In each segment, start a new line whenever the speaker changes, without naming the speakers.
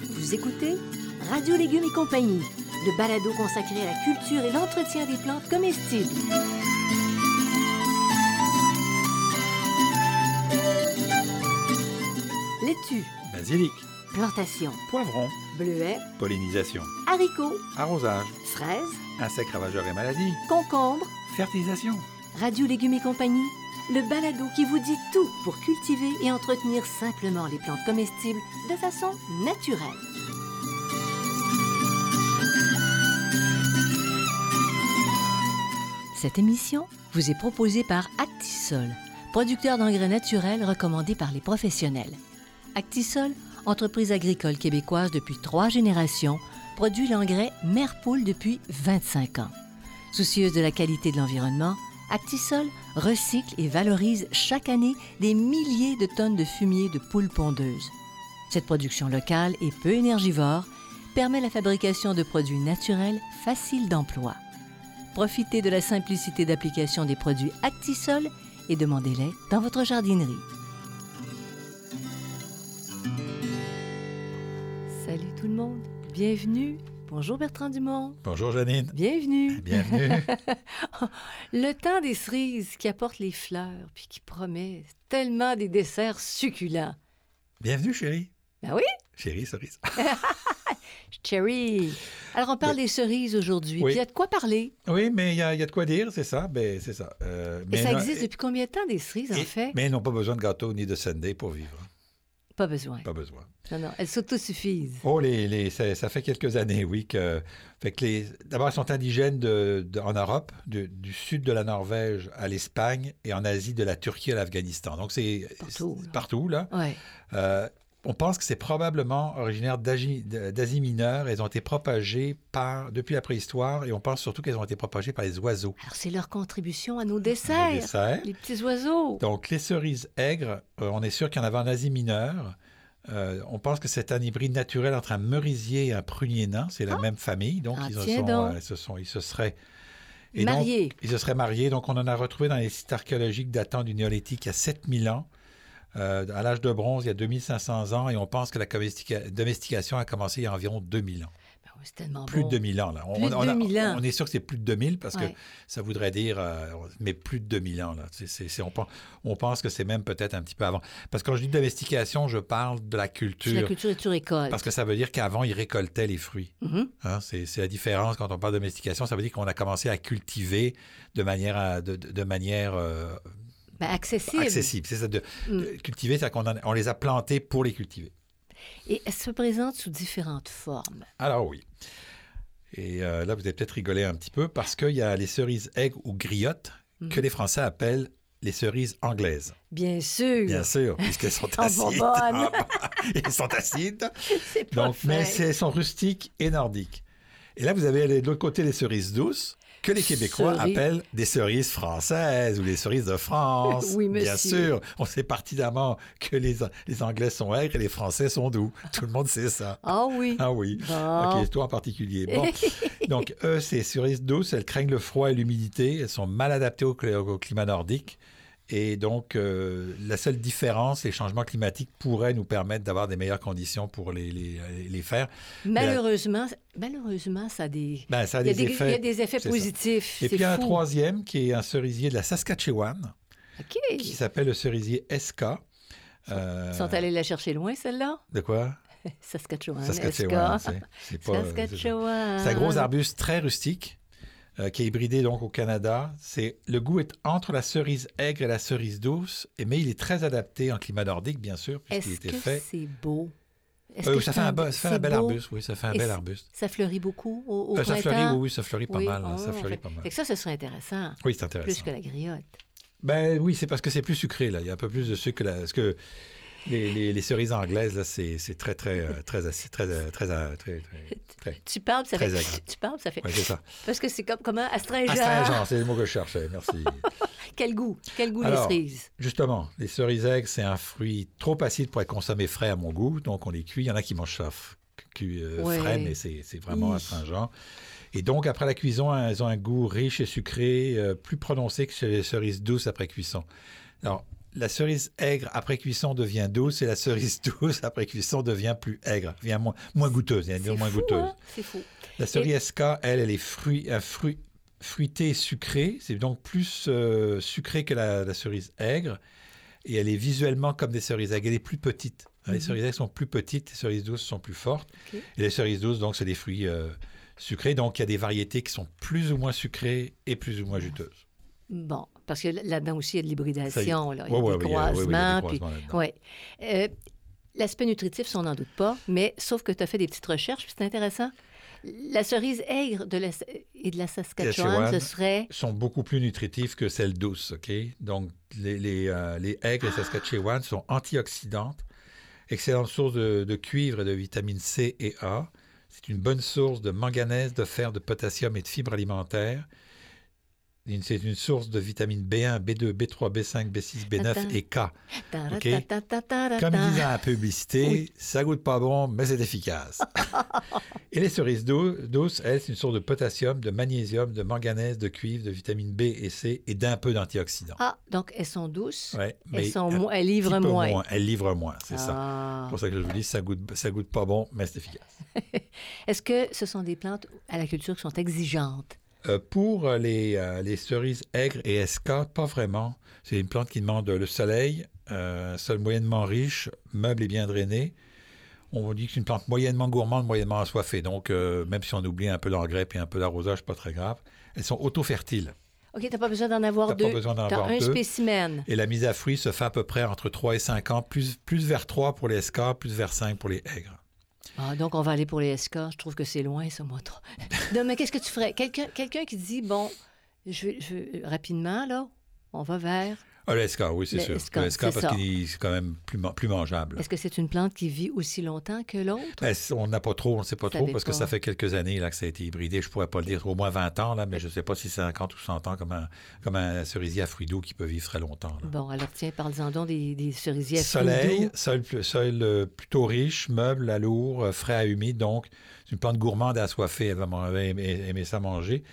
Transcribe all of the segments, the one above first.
Vous écoutez Radio Légumes et compagnie, le balado consacré à la culture et l'entretien des plantes comestibles. Laitue,
basilic,
plantation,
poivron,
bleuets,
pollinisation,
haricots,
arrosage,
fraises,
insectes ravageurs et maladies,
concombres,
fertilisation.
Radio Légumes et compagnie, le balado qui vous dit tout pour cultiver et entretenir simplement les plantes comestibles de façon naturelle. Cette émission vous est proposée par Actisol, producteur d'engrais naturels recommandé par les professionnels. Actisol, entreprise agricole québécoise depuis trois générations, produit l'engrais Merpoule depuis 25 ans. Soucieuse de la qualité de l'environnement, Actisol recycle et valorise chaque année des milliers de tonnes de fumier de poules pondeuses. Cette production locale et peu énergivore permet la fabrication de produits naturels faciles d'emploi. Profitez de la simplicité d'application des produits Actisol et demandez-les dans votre jardinerie. Salut tout le monde, bienvenue. Bonjour Bertrand Dumont,
Bonjour Janine.
bienvenue.
Bienvenue.
Le temps des cerises qui apporte les fleurs puis qui promet tellement des desserts succulents.
Bienvenue chérie.
Ben oui,
Chérie cerise.
Cherry. Alors on parle des cerises aujourd'hui.
Oui.
Puis il y a de quoi parler.
Oui, mais il y, a- il y a de quoi dire, c'est ça. Ben, c'est ça. Euh,
Et
mais
ça
non-
existe
et-
depuis combien de temps des cerises en
et-
fait
Mais ils n'ont pas besoin de gâteau ni de sundae pour vivre.
Pas besoin.
Pas besoin.
Non non, elles s'autosuffisent.
Oh, les, les- ça, ça fait quelques années, oui, que, fait que les, d'abord, ils sont indigènes de, de- en Europe, du- du sud de la Norvège à l'Espagne et en Asie de la Turquie à l'Afghanistan. Donc, c'est
Partout,
c'est
là.
Partout, là.
Ouais.
Euh, on pense que c'est probablement originaire d'Agi- d'Asie mineure. Elles ont été propagées par, depuis la préhistoire et on pense surtout qu'elles ont été propagées par les oiseaux.
Alors c'est leur contribution à nos
Le
desserts.
dessert.
Les petits oiseaux.
Donc, les cerises aigres, euh, on est sûr qu'il y en avait en Asie mineure. Euh, on pense que c'est un hybride naturel entre un merisier et un prunier nain. C'est la même famille. Donc,
Ah,
ils, en
tiens
sont,
donc.
euh, se sont, ils se seraient et donc,
Mariés.
ils se seraient mariés. Donc, on en a retrouvé dans les sites archéologiques datant du néolithique à 7000 ans. Euh, à l'âge de bronze, il y a 2500 ans, et on pense que la comestica- domestication a commencé il y a environ 2000 ans.
Ben oui, c'est tellement
Plus
bon.
de 2000 ans, là.
Plus de
on, a-
2000 ans.
on est sûr que c'est plus de 2000 parce
Ouais.
que ça voudrait dire, euh, mais plus de 2000 ans, là. C'est- c'est- c'est- on, pense, on pense que c'est même peut-être un petit peu avant. Parce que quand je dis domestication, je parle de la
C'est la
culture.
culture et tu récoltes.
Parce que ça veut dire qu'avant, ils récoltaient les fruits.
Mhm.
Hein, c'est c'est la différence quand on parle de domestication. Ça veut dire qu'on a commencé à cultiver de manière, à- de, de- de manière euh,
Ben, accessible.
accessible. C'est ça, de,
Mm.
de cultiver, c'est-à-dire qu'on en- on les a plantés pour les cultiver.
Et elles se présentent sous différentes formes.
Alors oui. Et euh, là, vous avez peut-être rigolé un petit peu parce qu'il y a les cerises aigres ou griottes que les Français appellent les cerises anglaises.
Bien sûr. Oh,
Bien sûr, puisqu'elles sont
Elles sont
acides.
bonnes.
Elles sont acides.
C'est pas
Donc, mais
fait.
elles sont rustiques et nordiques. Et là, vous avez les- de l'autre côté les cerises douces, que les Québécois
Cerise.
appellent des cerises françaises ou les cerises de France.
Oui,
Bien
monsieur.
sûr, on sait particulièrement que les, les Anglais sont aigres et les Français sont doux. Tout le monde sait ça.
Ah oui.
Ah oui.
Bon.
Ok, toi en particulier. Bon. Donc, E, eux, ces cerises douces, elles craignent le froid et l'humidité. Elles sont mal adaptées au, cl- au climat nordique. Et donc, euh, la seule différence, les changements climatiques pourraient nous permettre d'avoir des meilleures conditions pour les, les, les faire.
Malheureusement, malheureusement, ça a des,
Ben, ça a
il y a
des,
des, il y a
effets.
des effets
c'est ça.
positifs.
Et
c'est
puis, il y a un
fou.
troisième qui est un cerisier de la Saskatchewan,
OK.
qui s'appelle le cerisier SK. Euh,
Ils sont allés la chercher loin, celle-là?
De quoi?
Saskatchewan.
Saskatchewan.
Esca.
c'est- c'est pas- c'est-
Saskatchewan.
C'est un gros arbuste très rustique euh, qui est hybridé donc au Canada. C'est le goût est entre la cerise aigre et la cerise douce, et, mais il est très adapté en climat nordique bien sûr puisqu'il
Est-ce
était
que
fait.
c'est beau? Est-ce
Euh,
que
ça
c'est
fait un, be- ça fait un
c'est
bel
beau?
arbuste, oui, ça fait un
Et
bel
c'est-
arbuste.
Ça fleurit beaucoup au, au
Euh, ça
printemps?
fleurit, oui, oui, ça fleurit pas
Oui,
mal, hein, ça
oh,
fleurit
fait-
pas
fait
mal.
que ça, ce serait intéressant,
Oui, c'est
plus
intéressant.
que la griotte.
Ben oui, c'est parce que c'est plus sucré là. Il y a un peu plus de sucre que la- parce que les, les- les cerises anglaises là, c'est c'est très très euh, très acide, très euh, très euh, très, très- très-
Tu parles, ça
Très
fait...
agréable.
Tu parles, ça fait...
Ouais, c'est ça.
Parce que c'est comme comment? Astringent.
Astringent, c'est le mot que je cherchais. Merci.
Quel goût? Quel goût
Alors,
les cerises?
Justement, les cerises aigres, c'est un fruit trop acide pour être consommé frais à mon goût, donc on les cuit. Il y en a qui mangent ça f- cuit, euh,
Ouais.
frais, mais c'est c'est vraiment
Hi.
astringent. Et donc, après la cuisson, hein, elles ont un goût riche et sucré, euh, plus prononcé que chez les cerises douces après cuisson. Alors, la cerise aigre après cuisson devient douce et la cerise douce après cuisson devient plus aigre, devient moins, moins goûteuse. Elle devient
C'est
moins
fou,
goûteuse.
hein? C'est fou.
La cerise SK, elle, elle est fruit, un fruit fruitée et sucrée. C'est donc plus euh, sucrée que la, la cerise aigre. Et elle est visuellement comme des cerises aigres. Elle est plus petite. Hein, Les
Mhm.
cerises aigres sont plus petites, les cerises douces sont plus fortes.
Ok.
Et les cerises douces, donc, c'est des fruits euh, sucrés. Donc, il y a des variétés qui sont plus ou moins sucrées et plus ou
Ah,
moins juteuses.
Bon, parce que là-dedans aussi, il y a de
Ça y est.
l'hybridation, là, il y a
Ouais, ouais,
des
ouais, il y a- ouais, ouais, il y
croisements.
a des
puis-
croisements là-dedans.
ouais. Euh, L'aspect nutritif, ça, on n'en doute pas, mais sauf que tu as fait des petites recherches, puis c'est intéressant. La cerise aigre de la, et de la Saskatchewan,
Saskatchewan.
ce serait...
sont beaucoup plus nutritifs que celles douces, OK? Donc, les, les, euh, les aigres et Saskatchewan sont antioxydantes, excellente source de, de cuivre et de vitamine C et A. C'est une bonne source de manganèse, de fer, de potassium et de fibres alimentaires. Une- C'est une source de vitamines B1, B2, B3, B5, B6, B9
Attends.
et K.
Taratatatatata.
Comme ils disent dans la publicité,
Oui.
ça goûte pas bon, mais c'est efficace. et les cerises d'eau- douces, elles, c'est une source de potassium, de magnésium, de manganèse, de cuivre, de vitamine B et C et d'un peu d'antioxydants.
Ah, donc elles sont douces,
Ouais,
elles, sont
un
mo- elles
petit
livrent
peu
moins.
Elles livrent moins, c'est ça.
Ah.
C'est pour ça que je vous dis, ça goûte, ça goûte pas bon, mais c'est efficace.
Est-ce que ce sont des plantes à la culture qui sont exigeantes?
Euh, pour euh, les, euh, les cerises aigres et SK, pas vraiment. C'est une plante qui demande le soleil, euh, sol moyennement riche, meuble et bien drainé. On dit que c'est une plante moyennement gourmande, moyennement assoiffée. Donc, euh, même si on oublie un peu d'engrais et un peu d'arrosage, pas très grave. Elles sont auto-fertiles.
OK, t'as pas besoin d'en avoir
T'as pas
deux.
besoin d'en
T'as
avoir
un
deux.
spécimen.
Et la mise à fruit se fait à peu près entre 3 et 5 ans, plus, plus vers 3 pour les SK, plus vers 5 pour les aigres.
Ah, donc, on va aller pour les SK. Je trouve que c'est loin, ça, moi. trop. non, mais qu'est-ce que tu ferais? Quelqu'un quelqu'un qui dit, bon, je, vais- je vais- rapidement, là, on va vers...
Ah, les SK, oui, c'est
Les
sûr.
SK,
les SK,
c'est
parce
ça.
qu'ils sont quand même plus, man- plus mangeables.
Est-ce que c'est une plante qui vit aussi longtemps que l'autre?
Ben, on n'a pas trop, on ne sait pas
Vous
trop,
savez
parce que
pas.
ça fait quelques années là, que ça a été hybridé. Je pourrais pas le dire, au moins 20 ans, là, mais je ne sais pas si c'est 50 ou 100 ans comme un, comme un cerisier à fruits doux qui peut vivre très longtemps. là.
Bon, alors tiens, parle-en donc des, des cerisiers à fruits
Soleil,
doux.
sol, pl- sol, euh, plutôt riche, meuble à lourd, euh, frais à humide, donc c'est une plante gourmande et assoiffée, elle va man- elle va aimer, aimer ça manger.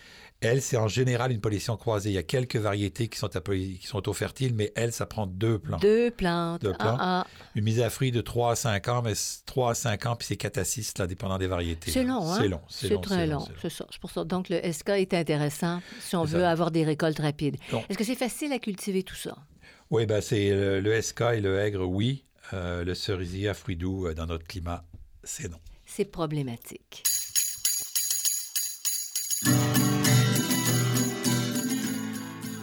Elle, c'est en général une pollution croisée. Il y a quelques variétés qui sont, à poly- qui sont fertiles, mais elle, ça prend deux plants.
Deux plantes.
Deux
Ah,
plantes.
ah.
Une mise à fruit de 3 à 5 ans, mais c- 3 à 5 ans, puis c'est 4 à 6, là, dépendant des variétés.
C'est
là.
long, hein?
C'est long, c'est long,
très
c'est
long,
c'est
c'est ça. C'est pour ça. Donc, le SK est intéressant si on
C'est
veut
ça.
avoir des récoltes rapides.
Bon.
Est-ce que c'est facile à cultiver tout ça?
Oui, ben c'est le, le SK et le aigre, oui. Euh, le cerisier à fruits doux euh, dans notre climat, c'est non.
C'est problématique.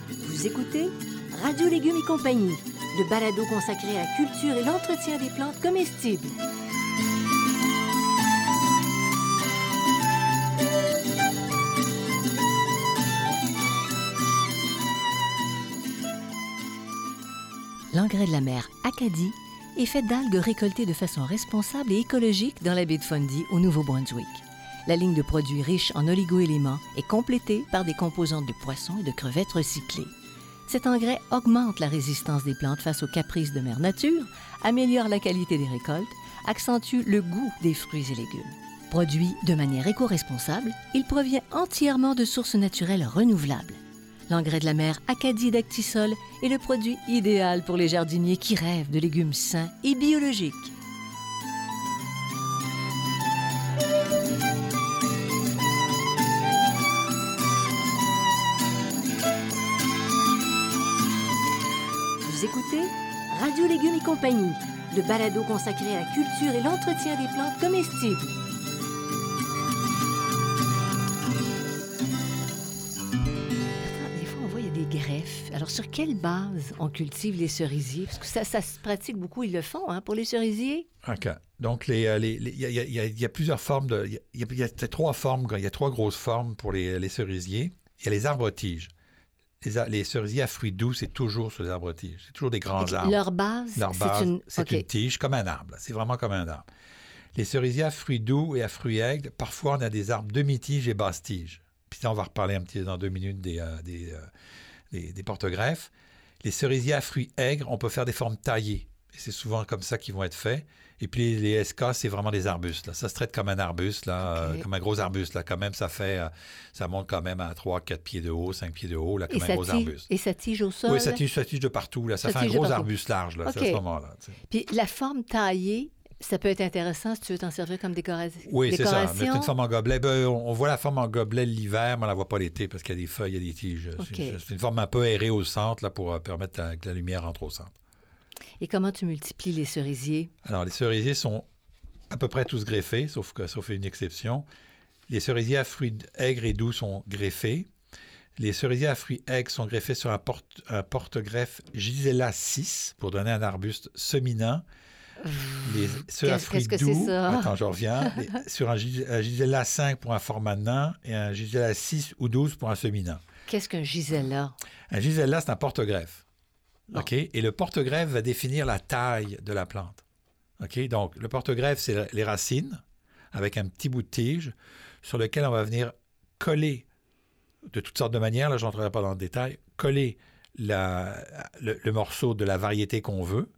Vous écoutez Radio Légumes et compagnie, le balado consacré à la culture et l'entretien des plantes comestibles. L'engrais de la mer Acadie est fait d'algues récoltées de façon responsable et écologique dans la baie de Fundy au Nouveau-Brunswick. La ligne de produits riches en oligoéléments est complétée par des composantes de poissons et de crevettes recyclées. Cet engrais augmente la résistance des plantes face aux caprices de mère nature, améliore la qualité des récoltes, accentue le goût des fruits et légumes. Produit de manière éco-responsable, il provient entièrement de sources naturelles renouvelables. L'engrais de la mer Acadie d'Actisol est le produit idéal pour les jardiniers qui rêvent de légumes sains et biologiques. Vous écoutez Radio Légumes et compagnie, le balado consacré à la culture et l'entretien des plantes comestibles. Attends, des fois, on voit, il y a des greffes. Alors, sur quelle base on cultive les cerisiers? Parce que ça, ça se pratique beaucoup, ils le font, hein, pour les cerisiers.
OK. Donc, les, euh, les- les- il y, a- il y a- il y a- il y a plusieurs formes. de- Il y a- il y, a- il y a trois formes, il y a trois grosses formes pour les, les cerisiers. Il y a les arbres-tiges. Les, a- les cerisiers à fruits doux, c'est toujours sur les arbres-tiges. C'est toujours des grands arbres.
Leur base,
Leur base,
c'est une...
c'est
OK.
une tige, comme un arbre. là. C'est vraiment comme un arbre. Les cerisiers à fruits doux et à fruits aigles, parfois on a des arbres demi-tiges et basse-tiges. Puis ça, on va reparler un petit dans deux minutes des, euh, des, euh, des- des porte-greffes. Les cerisiers à fruits aigres, on peut faire des formes taillées. Et c'est souvent comme ça qu'ils vont être faits. Et puis les SK, c'est vraiment des arbustes. Là. Ça se traite comme un arbuste, là,
Ok.
euh, comme un gros arbuste. Là. Quand même, ça fait, euh, ça monte quand même à 3, 4 pieds de haut, 5 pieds de haut, là,
Et
comme un
ça,
gros
tige,
arbuste.
et ça tige au sol.
Oui, ça tige, ça tige de partout. Là. Ça,
Ça
fait un
tige de
gros
partout.
arbuste large, là, c'est à
Ok.
ce moment-là. tu sais.
Puis la forme taillée, ça peut être intéressant si tu veux t'en servir comme décora-
Oui, c'est ça. Mais
décoration.
c'est une forme en gobelet. Ben, on on voit la forme en gobelet l'hiver, mais on la voit pas l'été parce qu'il y a des feuilles, il y a des tiges. C'est-
Ok.
C'est c'est une forme un peu aérée au centre là, pour euh, permettre à- que la lumière entre au centre.
Et comment tu multiplies les cerisiers?
Alors, les cerisiers sont à peu près tous greffés, sauf, que, sauf une exception. Les cerisiers à fruits aigres et doux sont greffés. Les cerisiers à fruits aigres sont greffés sur un, porte, un porte-greffe Gisela 6 pour donner un arbuste seminant. Les, ceux à
qu'est-ce-
fruits
qu'est-ce que
doux,
c'est ça?
attends, je reviens, Les- sur un, Gis- un Gisela 5 pour un formanant et un Gisela 6 ou 12 pour un seminant.
Qu'est-ce qu'un gisela?
Un Gisela, c'est un porte-greffe.
Bon.
OK? Et le porte-greffe va définir la taille de la plante. OK? Donc, le porte-greffe, c'est les racines avec un petit bout de tige sur lequel on va venir coller de toutes sortes de manières, là, je n'entrerai pas dans le détail, coller la- le, le morceau de la variété qu'on veut.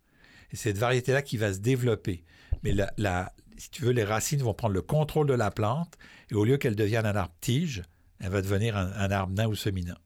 Et c'est cette variété-là qui va se développer. Mais la, la- si tu veux, les racines vont prendre le contrôle de la plante et au lieu qu'elle devienne un arbre-tige, elle va devenir un, un arbre nain ou seminant.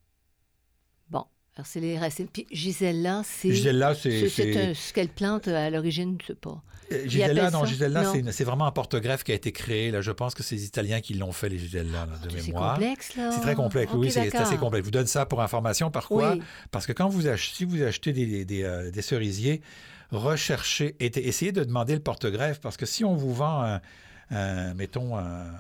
Bon, alors c'est les racines. Puis gisela, c'est...
Gisella,
c'est-
c'est...
C'est
c'est-
un- ce qu'elle plante à l'origine, je sais pas.
Euh,
appelle
Gisella, non,
ça?
Gisella,
Non.
c'est, une- c'est vraiment un porte-greffe qui a été créé. Là. Je pense que c'est les Italiens qui l'ont fait, les Gisella, là, de
C'est
mémoire.
complexe, là.
C'est très complexe,
Ok,
oui, c'est, c'est assez
d'accord.
complexe. Je vous donne ça pour information. Pourquoi?
Oui.
Parce que quand vous achetez, si vous achetez des, des, euh, des cerisiers, recherchez, et, essayez de demander le porte-greffe, parce que si on vous vend, un, un, mettons, un, un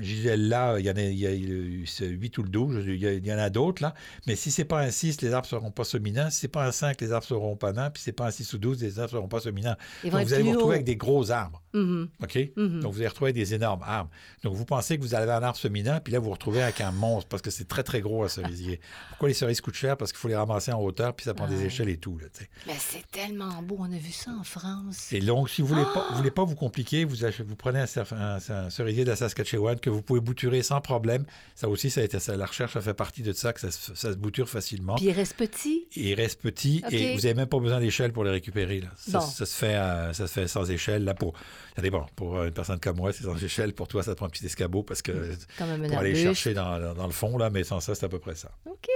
Gisella, il y en a, il y a eu ce 8 ou le 12, il y, a- il y en a d'autres, là, mais si c'est pas un 6, les arbres seront pas seminants, si c'est pas un 5, les arbres seront pas nains, puis si c'est pas un 6 ou 12, les arbres seront pas seminants.
Ils vont
Donc
être
vous allez vous
plus
retrouver
hauts.
avec des gros arbres.
Mhm.
OK?
Mhm.
Donc, vous allez retrouver des énormes arbres. Donc, vous pensez que vous avez un arbre seminant, puis là, vous vous retrouvez avec un monstre, parce que c'est très, très gros, un cerisier. Pourquoi les cerises coûtent cher? Parce qu'il faut les ramasser en hauteur, puis ça prend des
Ouais.
échelles et tout. Là, tu sais.
Mais c'est tellement beau, on a vu ça en France.
et donc, si vous voulez pas, vous voulez pas vous compliquer, vous, achetez- vous prenez un, cer- un- un cerisier de la Saskatchewan que vous pouvez bouturer sans problème. Ça aussi, ça a été, ça, la recherche a fait partie de ça, que ça, se- ça se bouture facilement.
Puis il reste petit.
Et il reste petit
Ok.
et vous n'avez même pas besoin d'échelle pour les récupérer. Là. Ça,
Bon.
ça se fait, euh, ça se fait sans échelle. Là, pour, ça dépend. Pour euh, une personne comme moi, c'est sans échelle. Pour toi, ça te prend un petit escabeau parce que
Comme un
pour aller
arbuste.
chercher dans, dans- dans le fond, là, mais sans ça, c'est à peu près ça.
OK.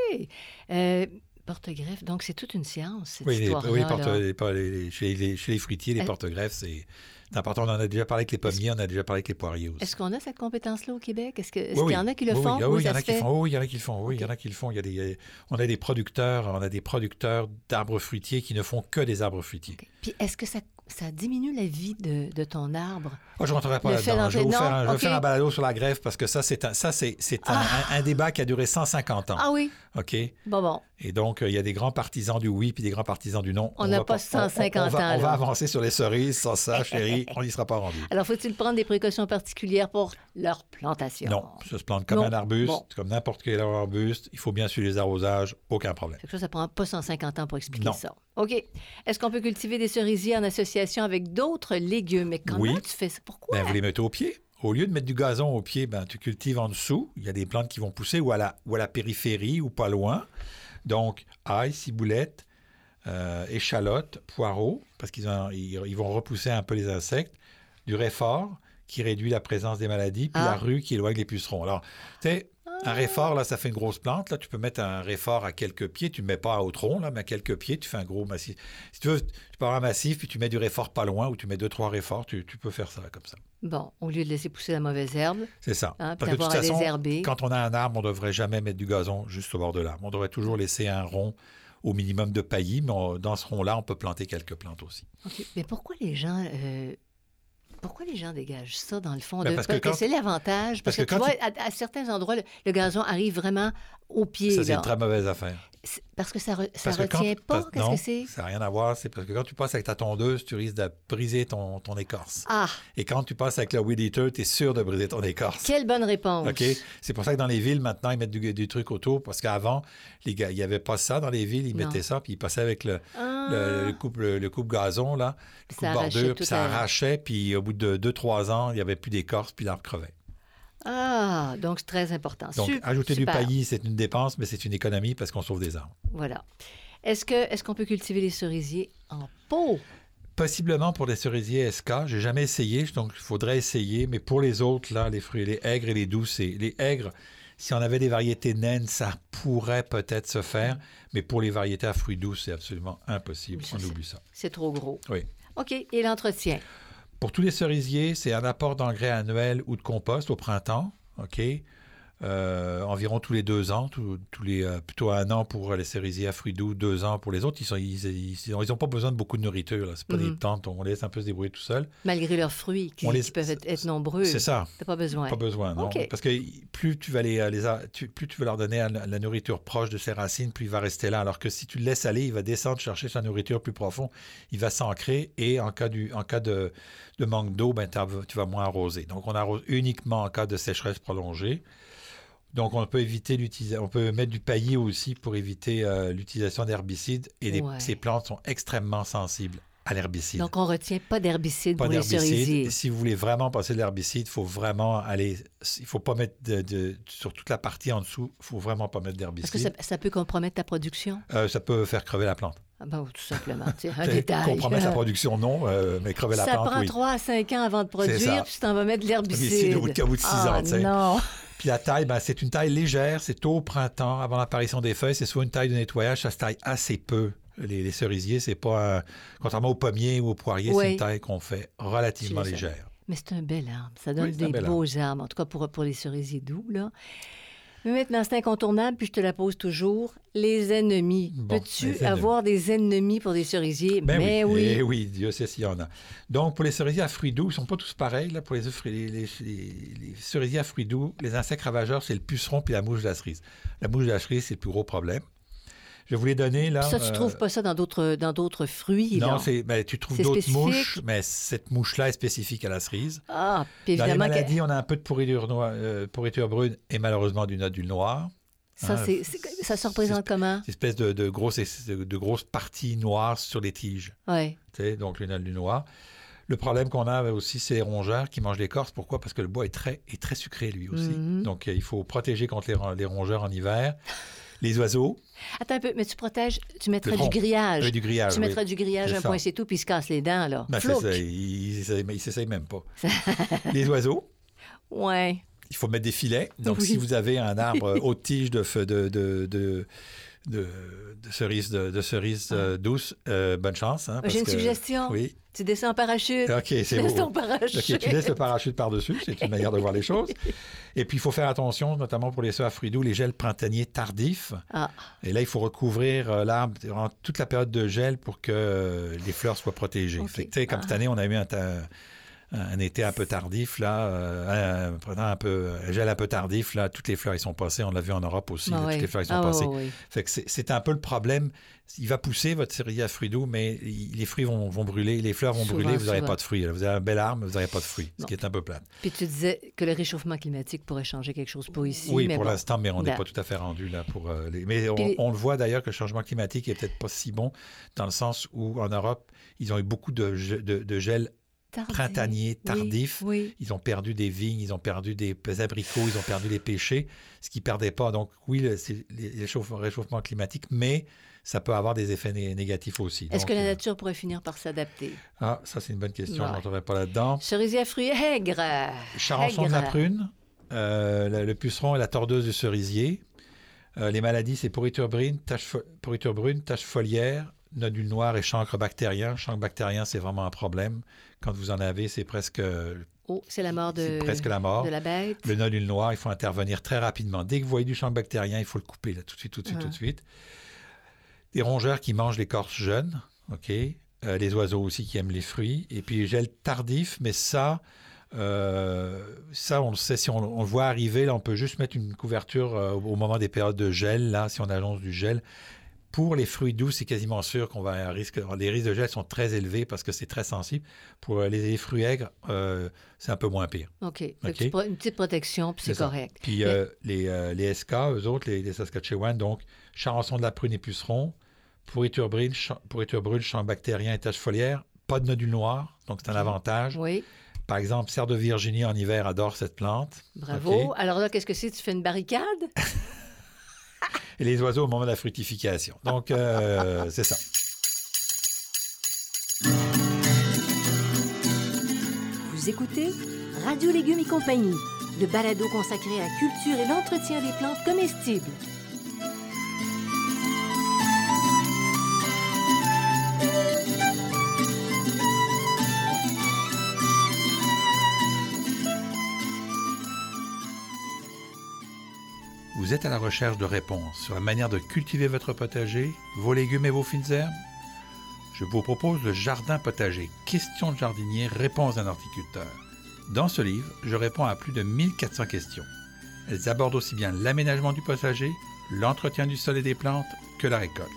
Euh, porte-greffe, donc c'est toute une science, cette
Oui, les,
histoire-là.
oui, les porte- euh,
là.
les por- les- les- chez, les, chez les fruitiers, les
Est-ce-
porte-greffes, c'est c'est important. On en a déjà parlé avec les pommiers, on en a déjà parlé avec les poiriers aussi.
Est-ce qu'on a cette compétence-là au Québec? Est-ce que- est-ce
Oui,
qu'il
oui.
y en a qui le
Oui, oui.
font?
Ah
ou
oui, il y en
ça
a
se
qui
fait-
le font. Oui, il y en a qui le font. Oui, il y en a qui le font. Il y a des, on a des producteurs, on a des producteurs d'arbres fruitiers qui ne font que des arbres fruitiers.
OK. Puis est-ce que ça, ça diminue la vie de, de ton arbre?
Oh, je ne rentrerai pas
Le fait
là-dedans. Je vais vous
d'entrer-
faire, un, je
non,
vais faire
ok.
un balado sur la grève parce que ça, c'est un, ça, c'est, c'est un, un- un débat qui a duré 150 ans.
Ah oui?
OK? Et
Bon, bon.
donc, euh, il y a des grands partisans du oui puis des grands partisans du non.
On n'a
va
pas
on- on-
150
on va-
ans,
On va
là.
avancer sur les cerises. Sans ça, chérie, on n'y sera pas rendu.
Alors, faut-il prendre des précautions particulières pour leur plantation?
Non, ça se plante comme
Non.
un arbuste,
Bon.
comme n'importe quel arbuste. Il faut bien suivre les arrosages, aucun problème.
Fait que ça, ça prend pas 150 ans pour expliquer
Non.
ça. OK. Est-ce qu'on peut cultiver des cerisiers en association avec d'autres légumes? Mais comment
Oui.
tu fais ça? Pourquoi?
Ben, vous les mettez au pied. Au lieu de mettre du gazon au pied, ben, tu cultives en dessous. Il y a des plantes qui vont pousser ou à la, ou à la périphérie ou pas loin. Donc, ail, ciboulette, euh, échalote, poireau, parce qu'ils ont- ils, ils vont repousser un peu les insectes. Du réfort, qui réduit la présence des maladies. Puis
Ah.
la rue, qui éloigne les pucerons. Alors, tu sais, un réfort, là, ça fait une grosse plante. Là, tu peux mettre un réfort à quelques pieds. Tu ne mets pas au tronc, là, mais à quelques pieds, tu fais un gros massif. Si tu veux, tu pars un massif, puis tu mets du réfort pas loin, ou tu mets deux, trois réforts. Tu, tu peux faire ça comme ça.
Bon, au lieu de laisser pousser la mauvaise herbe,
C'est ça.
hein, puis
Parce que de
d'avoir
toute
à
façon,
désherber.
quand on a un arbre, on ne devrait jamais mettre du gazon juste au bord de l'arbre. On devrait toujours laisser un rond au minimum de paillis, mais on- dans ce rond-là, on peut planter quelques plantes aussi.
OK. Mais pourquoi les gens. euh, Pourquoi les gens dégagent ça, dans le fond?
Ben,
de-
parce que quand-
c'est l'avantage. Parce,
parce
que,
que
tu
quand
vois, à, à certains endroits, le, le gazon arrive vraiment au pied.
ça, c'est
là.
une très mauvaise affaire.
C'est- Parce que ça ne
Parce que quand-
retient pas.
parce-
Qu'est-ce
non,
que c'est?
Ça n'a rien à voir. C'est parce que quand tu passes avec ta tondeuse, tu risques de briser ton, ton écorce.
Ah,
Et quand tu passes avec le weed eater, tu es sûr de briser ton écorce.
quelle bonne réponse.
OK? C'est pour ça que dans les villes, maintenant, ils mettent du, du truc autour. Parce qu'avant, les gars, il n'y avait pas ça dans les villes. Ils
Non.
mettaient ça, puis ils passaient avec le,
Ah,
le, le coupe, le, le coupe gazon, là,
Ça
le coupe
arrachait
bordure,
tout
puis ça
à-
arrachait, puis au bout de 2-3 ans, il n'y avait plus d'écorce, puis l'arbre crevait.
ah, donc c'est très important.
Donc,
Sup-
ajouter
super.
du paillis, c'est une dépense, mais c'est une économie parce qu'on sauve des arbres.
Voilà. Est-ce que est-ce qu'on peut cultiver les cerisiers en pot?
Possiblement pour les cerisiers SK, j'ai jamais essayé, donc il faudrait essayer. Mais pour les autres, là, les fruits, les aigres et les douces, et les aigres, si on avait des variétés naines, ça pourrait peut-être se faire. Mais pour les variétés à fruits doux, c'est absolument impossible.
Ça,
on
c'est-
oublie ça.
C'est trop gros.
Oui.
OK. Et l'entretien.
Pour tous les cerisiers, c'est un apport d'engrais annuel ou de compost au printemps, OK? Euh, environ tous les deux ans, tous- tous les, euh, plutôt un an pour euh, les cerisiers à fruits doux, deux ans pour les autres. Ils n'ont ils, ils- ils ont- ils ont pas besoin de beaucoup de nourriture. là. C'est pas
Mhm.
des tentes, on les laisse un peu se débrouiller tout seuls.
Malgré leurs fruits, qui,
On les-
qui peuvent être, être nombreux.
C'est ça,
T'as pas besoin.
pas besoin, non?
OK.
Parce que plus tu vas les, euh, les a- tu- plus tu vas leur donner à la la nourriture proche de ses racines, plus il va rester là. Alors que si tu le laisses aller, il va descendre chercher sa nourriture plus profond, il va s'ancrer et en cas, du, en cas de, de manque d'eau, ben, t'as- tu vas moins arroser. Donc on arrose uniquement en cas de sécheresse prolongée. Donc on peut éviter l'utilisation, on peut mettre du paillis aussi pour éviter euh, l'utilisation d'herbicides et les-
Ouais.
ces plantes sont extrêmement sensibles à l'herbicide
Donc, on retient pas d'herbicide
pas
pour les cerisiers.
d'herbicide. Si vous voulez vraiment passer de l'herbicide, il faut vraiment aller. Il faut pas mettre de, de- sur toute la partie en dessous. Il faut vraiment pas mettre
Parce que
d'herbicide.
ça, ça peut compromettre ta production?
Euh, ça peut faire crever la plante.
Ah ben, tout simplement. c'est un
Ça
détail.
Compromettre la production, non, euh, mais crever la
Ça
plante,
prend
oui.
3 à 5 ans avant de
ça.
produire, puis tu t'en vas mettre de
L'herbicide,
l'herbicide.
au bout de- au bout de six
Ah,
ans, tu sais.
non.
Puis la taille, ben, c'est une taille légère. C'est tôt au printemps, avant l'apparition des feuilles. C'est soit une taille de nettoyage, ça se taille assez peu. Les, les cerisiers, c'est pas. un- contrairement aux pommiers ou aux poiriers, c'est
Oui.
une taille qu'on fait relativement
C'est légère.
légère.
Mais c'est un bel arbre. Ça donne
Oui, c'est un
des
bel
beaux arbres, en tout cas pour, pour les cerisiers doux. Là. Mais maintenant, c'est incontournable, puis je te la pose toujours. Les ennemis.
Bon, les
Peux-tu
ennemis.
avoir des ennemis pour des cerisiers?
Ben
Mais
oui.
oui.
Eh oui, Dieu sait s'il y en a. Donc, pour les cerisiers à fruits doux, ils ne sont pas tous pareils. Là, pour les, fri- les, les- les- les cerisiers à fruits doux, les insectes ravageurs, c'est le puceron puis la mouche de la cerise. La mouche de la cerise, c'est le plus gros problème. Je vais vous les donner là.
Ça, tu
euh,
trouves pas ça dans d'autres dans d'autres fruits?
Non,
là?
c'est, ben, tu trouves
C'est
d'autres
spécifique.
mouches, mais cette mouche-là est spécifique à la cerise.
Ah, puis
Dans les
évidemment, que-
maladies, on a un peu de pourriture, noire- euh, pourriture brune et malheureusement du nodule noir.
ça,
hein,
c'est- c'est- ça se représente comment?
Cette espèce de, de, grosse, de, de grosse partie noire sur les tiges.
Oui.
Tu sais, donc le du noir. Le problème qu'on a aussi, c'est les rongeurs qui mangent l'écorce. Pourquoi Parce que le bois est très, est très sucré lui aussi.
Mhm.
Donc euh, il faut protéger contre les, ron- les rongeurs en hiver. Les oiseaux,
Attends un peu, mais tu protèges, tu mettrais
Le
du
tronc.
grillage.
eux, du grillage.
Ah, tu
oui.
mettrais du grillage,
C'est
un
ça.
point, c'est tout, puis ils se cassent les dents, là.
Ben, c'est
Flouc!
ça, ils ils s'essayent- mais ils s'essayent même pas. les oiseaux,
Ouais.
il faut mettre des filets. Donc
Oui.
si vous avez un arbre haute tige de, feu- de, de, de, de, de cerises, de, de cerises, euh, douces, euh, bonne chance. hein, parce
Ah. J'ai une
que-
suggestion.
Oui.
Tu descends en parachute.
Ok, c'est
Laisse
beau.
ton parachute.
Ok, tu laisses le parachute par-dessus, c'est une manière de voir les choses. Et puis, il faut faire attention, notamment pour les soeurs à fruits doux, les gels printaniers tardifs.
Ah.
Et là, il faut recouvrir euh, l'arbre durant toute la période de gel pour que euh, les fleurs soient protégées.
Ok.
Fait que, tu sais, comme
Ah.
cette année, on a eu un, ta- un été un peu tardif, là, euh, un, un printemps un peu, un gel un peu tardif, là, toutes les fleurs y sont passées. On l'a vu en Europe aussi,
Ah
là,
ouais.
toutes les fleurs y sont
Ah ouais,
passées.
ouais, ouais.
Fait que c'est- c'est un peu le problème. Il va pousser votre céréale à fruits doux, mais il- les fruits vont, vont brûler, les fleurs vont
Souvent,
brûler, vous n'aurez
souvent.
pas de fruits. Vous avez un bel arbre, mais vous n'aurez pas de fruits,
Non.
ce qui est un peu plate.
Puis tu disais que le réchauffement climatique pourrait changer quelque chose pour ici.
oui,
mais
pour
bon.
l'instant, mais on n'est
Ben.
pas tout à fait rendu là pour euh, les. Mais on,
Puis-
on le voit d'ailleurs que le changement climatique est peut-être pas si bon dans le sens où en Europe, ils ont eu beaucoup de, ge- de, de gel
Tardif.
printanier
Ah, ben Oui,
tardif.
Oui.
Ils ont perdu des vignes, ils ont perdu des p- abricots, ils ont perdu des pêchers, ce qu'ils ne perdaient pas. Donc oui, le, c'est les- les chauff- réchauffement climatique, mais ça peut avoir des effets né- négatifs aussi.
Est-ce
Donc,
que la
euh,
nature pourrait finir par s'adapter?
Ah, ça, c'est une bonne question.
Ouais.
Je ne rentrerai pas là-dedans.
Cerisier à fruits aigres.
Charançon de la
Aigre.
prune, euh, le, le puceron et la tordeuse du cerisier. Euh, les maladies, c'est pourriture brune, tache, fo- pourriture brune, tache foliaire, nodule noir et chancre bactérien. Chancre bactérien, c'est vraiment un problème. Quand vous en avez, c'est presque,
Oh, c'est la mort de,
c'est presque la mort.
de la bête.
Le nodule noir, il faut intervenir très rapidement. Dès que vous voyez du champ bactérien, il faut le couper là, tout de suite, tout de suite,
Ah.
tout de suite. Des rongeurs qui mangent l'écorce jeune, OK. Euh, les oiseaux aussi qui aiment les fruits. Et puis les gels tardifs, mais ça, euh, ça on le sait, si on, on le voit arriver, là, on peut juste mettre une couverture euh, au moment des périodes de gel, là, si on annonce du gel. Pour les fruits doux, c'est quasiment sûr qu'on va à risque. Les risques de gel sont très élevés parce que c'est très sensible. Pour euh, les, les fruits aigres, euh, c'est un peu moins pire.
OK. Fait que
OK.
tu prends une petite protection, puis c'est
C'est ça.
correct.
Puis euh, les, euh, les SK, eux autres, les, les Saskatchewan, donc Charançon de la prune et puceron, pourriture brune, cha- pourriture brune, champ bactérien et taches foliaires, pas de nodule noir, donc c'est un
Ok.
avantage.
Oui,
Par exemple, serre de Virginie en hiver adore cette plante.
bravo.
Ok.
Alors là, qu'est-ce que c'est? Tu fais une barricade?
Et les oiseaux au moment de la fructification. Donc, euh, c'est ça.
Vous écoutez Radio Légumes et compagnie, le balado consacré à la culture et l'entretien des plantes comestibles.
Vous êtes à la recherche de réponses sur la manière de cultiver votre potager, vos légumes et vos fines herbes Je vous propose le jardin potager, questions de jardinier, réponses d'un horticulteur. Dans ce livre, je réponds à plus de 1400 questions. Elles abordent aussi bien l'aménagement du potager, l'entretien du sol et des plantes que la récolte.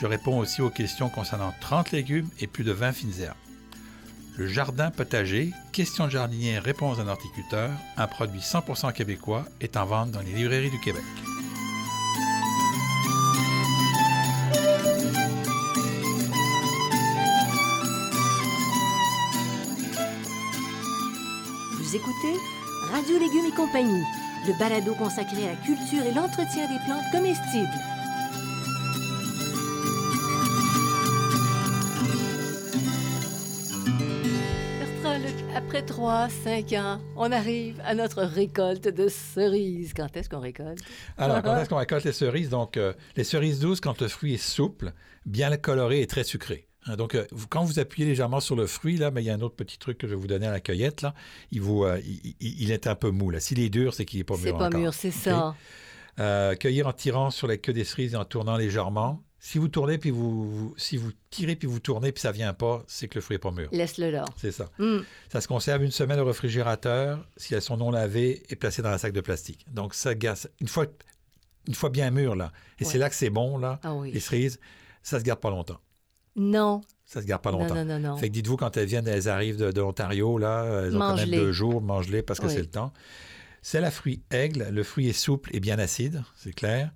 Je réponds aussi aux questions concernant 30 légumes et plus de 20 fines herbes. Le jardin potager, questions de jardinier, réponses d'un horticulteur, un produit 100% québécois, est en vente dans les librairies du Québec.
Vous écoutez Radio Légumes et compagnie, le balado consacré à la culture et l'entretien des plantes comestibles.
Après 3, 5 ans, on arrive à notre récolte de cerises. Quand est-ce qu'on récolte?
Alors, quand est-ce qu'on récolte les cerises? Donc, euh, les cerises douces, quand le fruit est souple, bien coloré et très sucré. Hein, donc, euh, vous- quand vous appuyez légèrement sur le fruit, là, mais il y a un autre petit truc que je vais vous donner à la cueillette, là, il, vous, euh, il, il- il est un peu mou. Là. S'il est dur, c'est qu'il n'est pas mûr
C'est pas
encore.
mûr, c'est
OK?
ça.
Euh, cueillir en tirant sur la queue des cerises et en tournant légèrement. Si vous tournez, puis vous, vous- si vous tirez, puis vous tournez, puis ça vient pas, c'est que le fruit est pas mûr.
Laisse-le là.
C'est ça.
Mm.
Hum.
Ça se conserve une semaine au réfrigérateur si elles sont non lavées et placées dans un sac de plastique. Donc, ça gasse. Une fois, une fois bien mûr, là, et
Ouais.
c'est là que c'est bon, là,
Ah
les
oui.
cerises, ça se garde pas longtemps.
Non.
Ça se garde pas
Non,
longtemps.
non, non, non.
Fait que dites-vous, quand elles viennent, elles arrivent de, de l'Ontario, là, elles ont quand même
Mange-les.
deux jours, mange-les parce que
Oui.
c'est le temps. C'est la fruit aigle. Le fruit est souple et bien acide, c'est clair.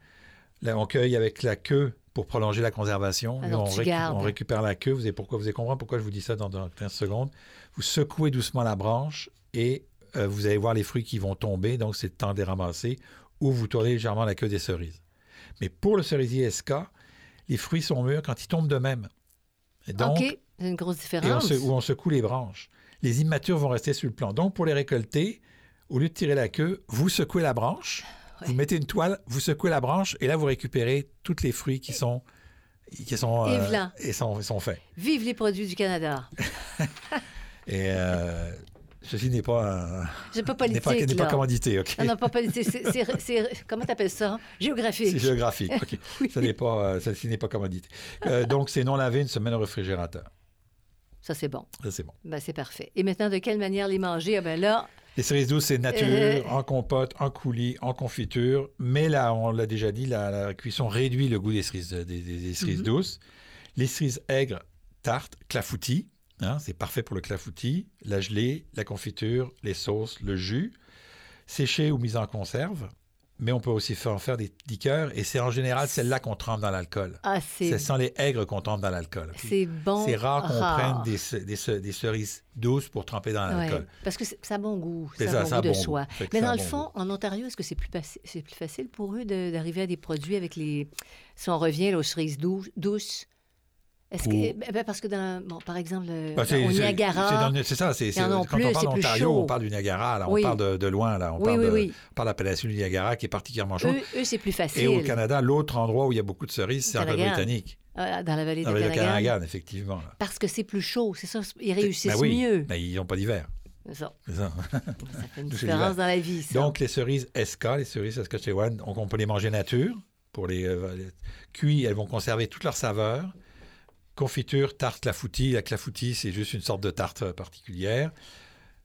Là, on cueille avec la queue pour prolonger la conservation.
Ah
Là,
non,
on,
tu gardes.
on récupère la queue. Vous savez pourquoi vous allez comprendre pourquoi je vous dis ça dans, dans 15 secondes. Vous secouez doucement la branche et euh, vous allez voir les fruits qui vont tomber, donc c'est le temps de les ramasser, ou vous tournez légèrement la queue des cerises. Mais pour le cerisier SK, les fruits sont mûrs quand ils tombent d'eux-mêmes. Et donc,
OK, c'est une grosse
et on
différence.
se- où on secoue les branches. Les immatures vont rester sur le plan. Donc, pour les récolter, au lieu de tirer la queue, vous secouez la branche,
Ouais.
vous mettez une toile, vous secouez la branche, et là, vous récupérez tous les fruits qui sont, qui sont, euh,
Et voilà.
et sont, sont faits.
Vive les produits du Canada.
Et euh, ceci n'est pas, un-
J'ai pas
n'est
politique,
pas, n'est pas
là. Ah
commandité, OK?
Non, non, pas politique. C'est- c'est- c'est- Comment t'appelles ça?
C'est
Géographique.
géographique. OK.
Oui.
Ça n'est pas, euh, ceci n'est pas commandité. Euh, donc, c'est non lavé une semaine au réfrigérateur.
Ça, c'est bon.
Ça, c'est bon.
Ben, c'est parfait. Et maintenant, de quelle manière les manger? Ah ben là,
Les cerises douces, c'est nature,
Euh.
en compote, en coulis, en confiture. Mais là, on l'a déjà dit, la, la cuisson réduit le goût des cerises, euh, des, des- des cerises
Mhm.
douces. Les cerises aigres, tartes, clafoutis. hein, c'est parfait pour le clafoutis. La gelée, la confiture, les sauces, le jus. Séché ou mis en conserve. Mais on peut aussi faire en faire des liqueurs. Et c'est en général celle-là qu'on trempe dans l'alcool.
ah,
C'est
c'est
sans les aigres qu'on trempe dans l'alcool.
c'est bon.
C'est rare qu'on
rare.
prenne des, ce- des ce- des cerises douces pour tremper dans
Ouais,
l'alcool.
parce que c'est- ça a bon goût,
C'est
ça, a bon
ça a
goût de
bon goût.
soi.
Fait que
Mais
ça a
dans le
bon
fond, en Ontario, est-ce que c'est plus, faci- c'est plus facile pour eux de- d'arriver à des produits avec les... Si on revient là, aux cerises dou- douces, est-ce que...
Pour-
ben, ben, parce que, dans, bon, par exemple, le-
Ben, c'est-
euh, au
c'est- c'est
Niagara...
dans le- C'est ça,
y
c'est,
en
c'est-
a
quand
plus,
on
c'est
parle
plus
d'Ontario,
chaud.
on parle du Niagara, là,
Oui,
on parle de, de loin, là, on
oui,
parle
oui,
de,
oui.
par la péninsule du Niagara qui est particulièrement chaude.
Eux, eux, c'est plus
Et au
facile.
Canada, l'autre endroit où il y a beaucoup de cerises, c'est en
Okanagan.
Colombie-Britannique,
Ah, dans la vallée de
dans la vallée de
Okanagan.
Okanagan, effectivement. là.
Parce que c'est plus chaud, c'est ça. Ils réussissent
Ben oui,
mieux.
ben ils n'ont pas d'hiver.
Ça,
c'est ça.
ça fait une
Nous, c'est
différence
l'hiver.
dans la vie. ça.
Donc, les cerises SK, les cerises Saskatchewan, on, on peut les manger nature. Pour les, euh, les- cuits, elles vont conserver toute leur saveur. Confiture, tarte, clafoutis. La clafoutis, c'est juste une sorte de tarte euh, particulière.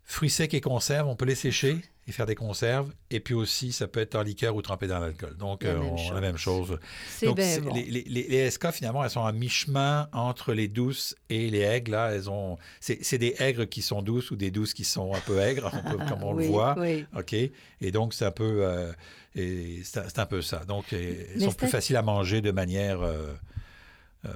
Fruits secs et conserves, on peut les sécher et faire des conserves. Et puis aussi, ça peut être en liqueur ou trempé dans l'alcool. Donc,
La
euh,
même
on- la même chose.
c'est
Donc,
bien
c'est-
bon.
les, les- les- les SK, finalement, elles sont à mi-chemin entre les douces et les aigres. Là, elles ont... C'est c'est des aigres qui sont douces ou des douces qui sont un peu aigres, on peut- comme on
Ah, Oui,
le voit.
oui.
OK? Et donc, c'est un peu, euh, et c'est un- c'est un peu ça. Donc, euh, elles
Mais
sont plus
c'est-
faciles à manger de manière euh, euh,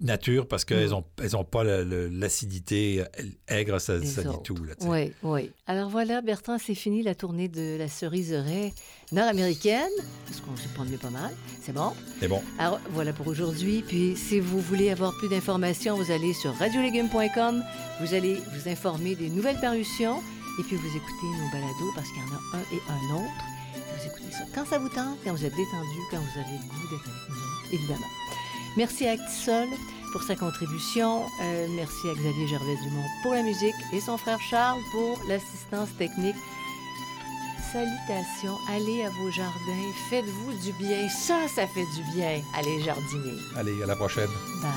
nature
Mm.
parce qu'elles n'ont elles ont pas le- le- l'acidité aigre, ça,
Des
ça dit
autres.
tout. Là, tu sais.
Oui, oui. Alors voilà, Bertrand, c'est fini la tournée de la ceriseraie nord-américaine, parce qu'on s'est promené pas mal. C'est bon.
Mais bon,
Alors voilà pour aujourd'hui. Puis si vous voulez avoir plus d'informations, vous allez sur radiolégumes.com. Vous allez vous informer des nouvelles parutions. Et puis vous écoutez nos balados parce qu'il y en a un et un autre. Et Vous écoutez ça quand ça vous tente, quand vous êtes détendu, quand vous avez le goût d'être avec nous, autres, évidemment. Merci à Actisol pour sa contribution. Euh, merci à Xavier Gervais-Dumont pour la musique et son frère Charles pour l'assistance technique. Salutations, allez à vos jardins, faites-vous du bien. Ça, ça fait du bien, allez jardiner.
allez, à la prochaine.
Bye.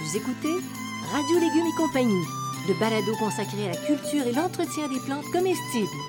Vous écoutez Radio Légumes et Compagnie, le balado consacré à la culture et l'entretien des plantes comestibles.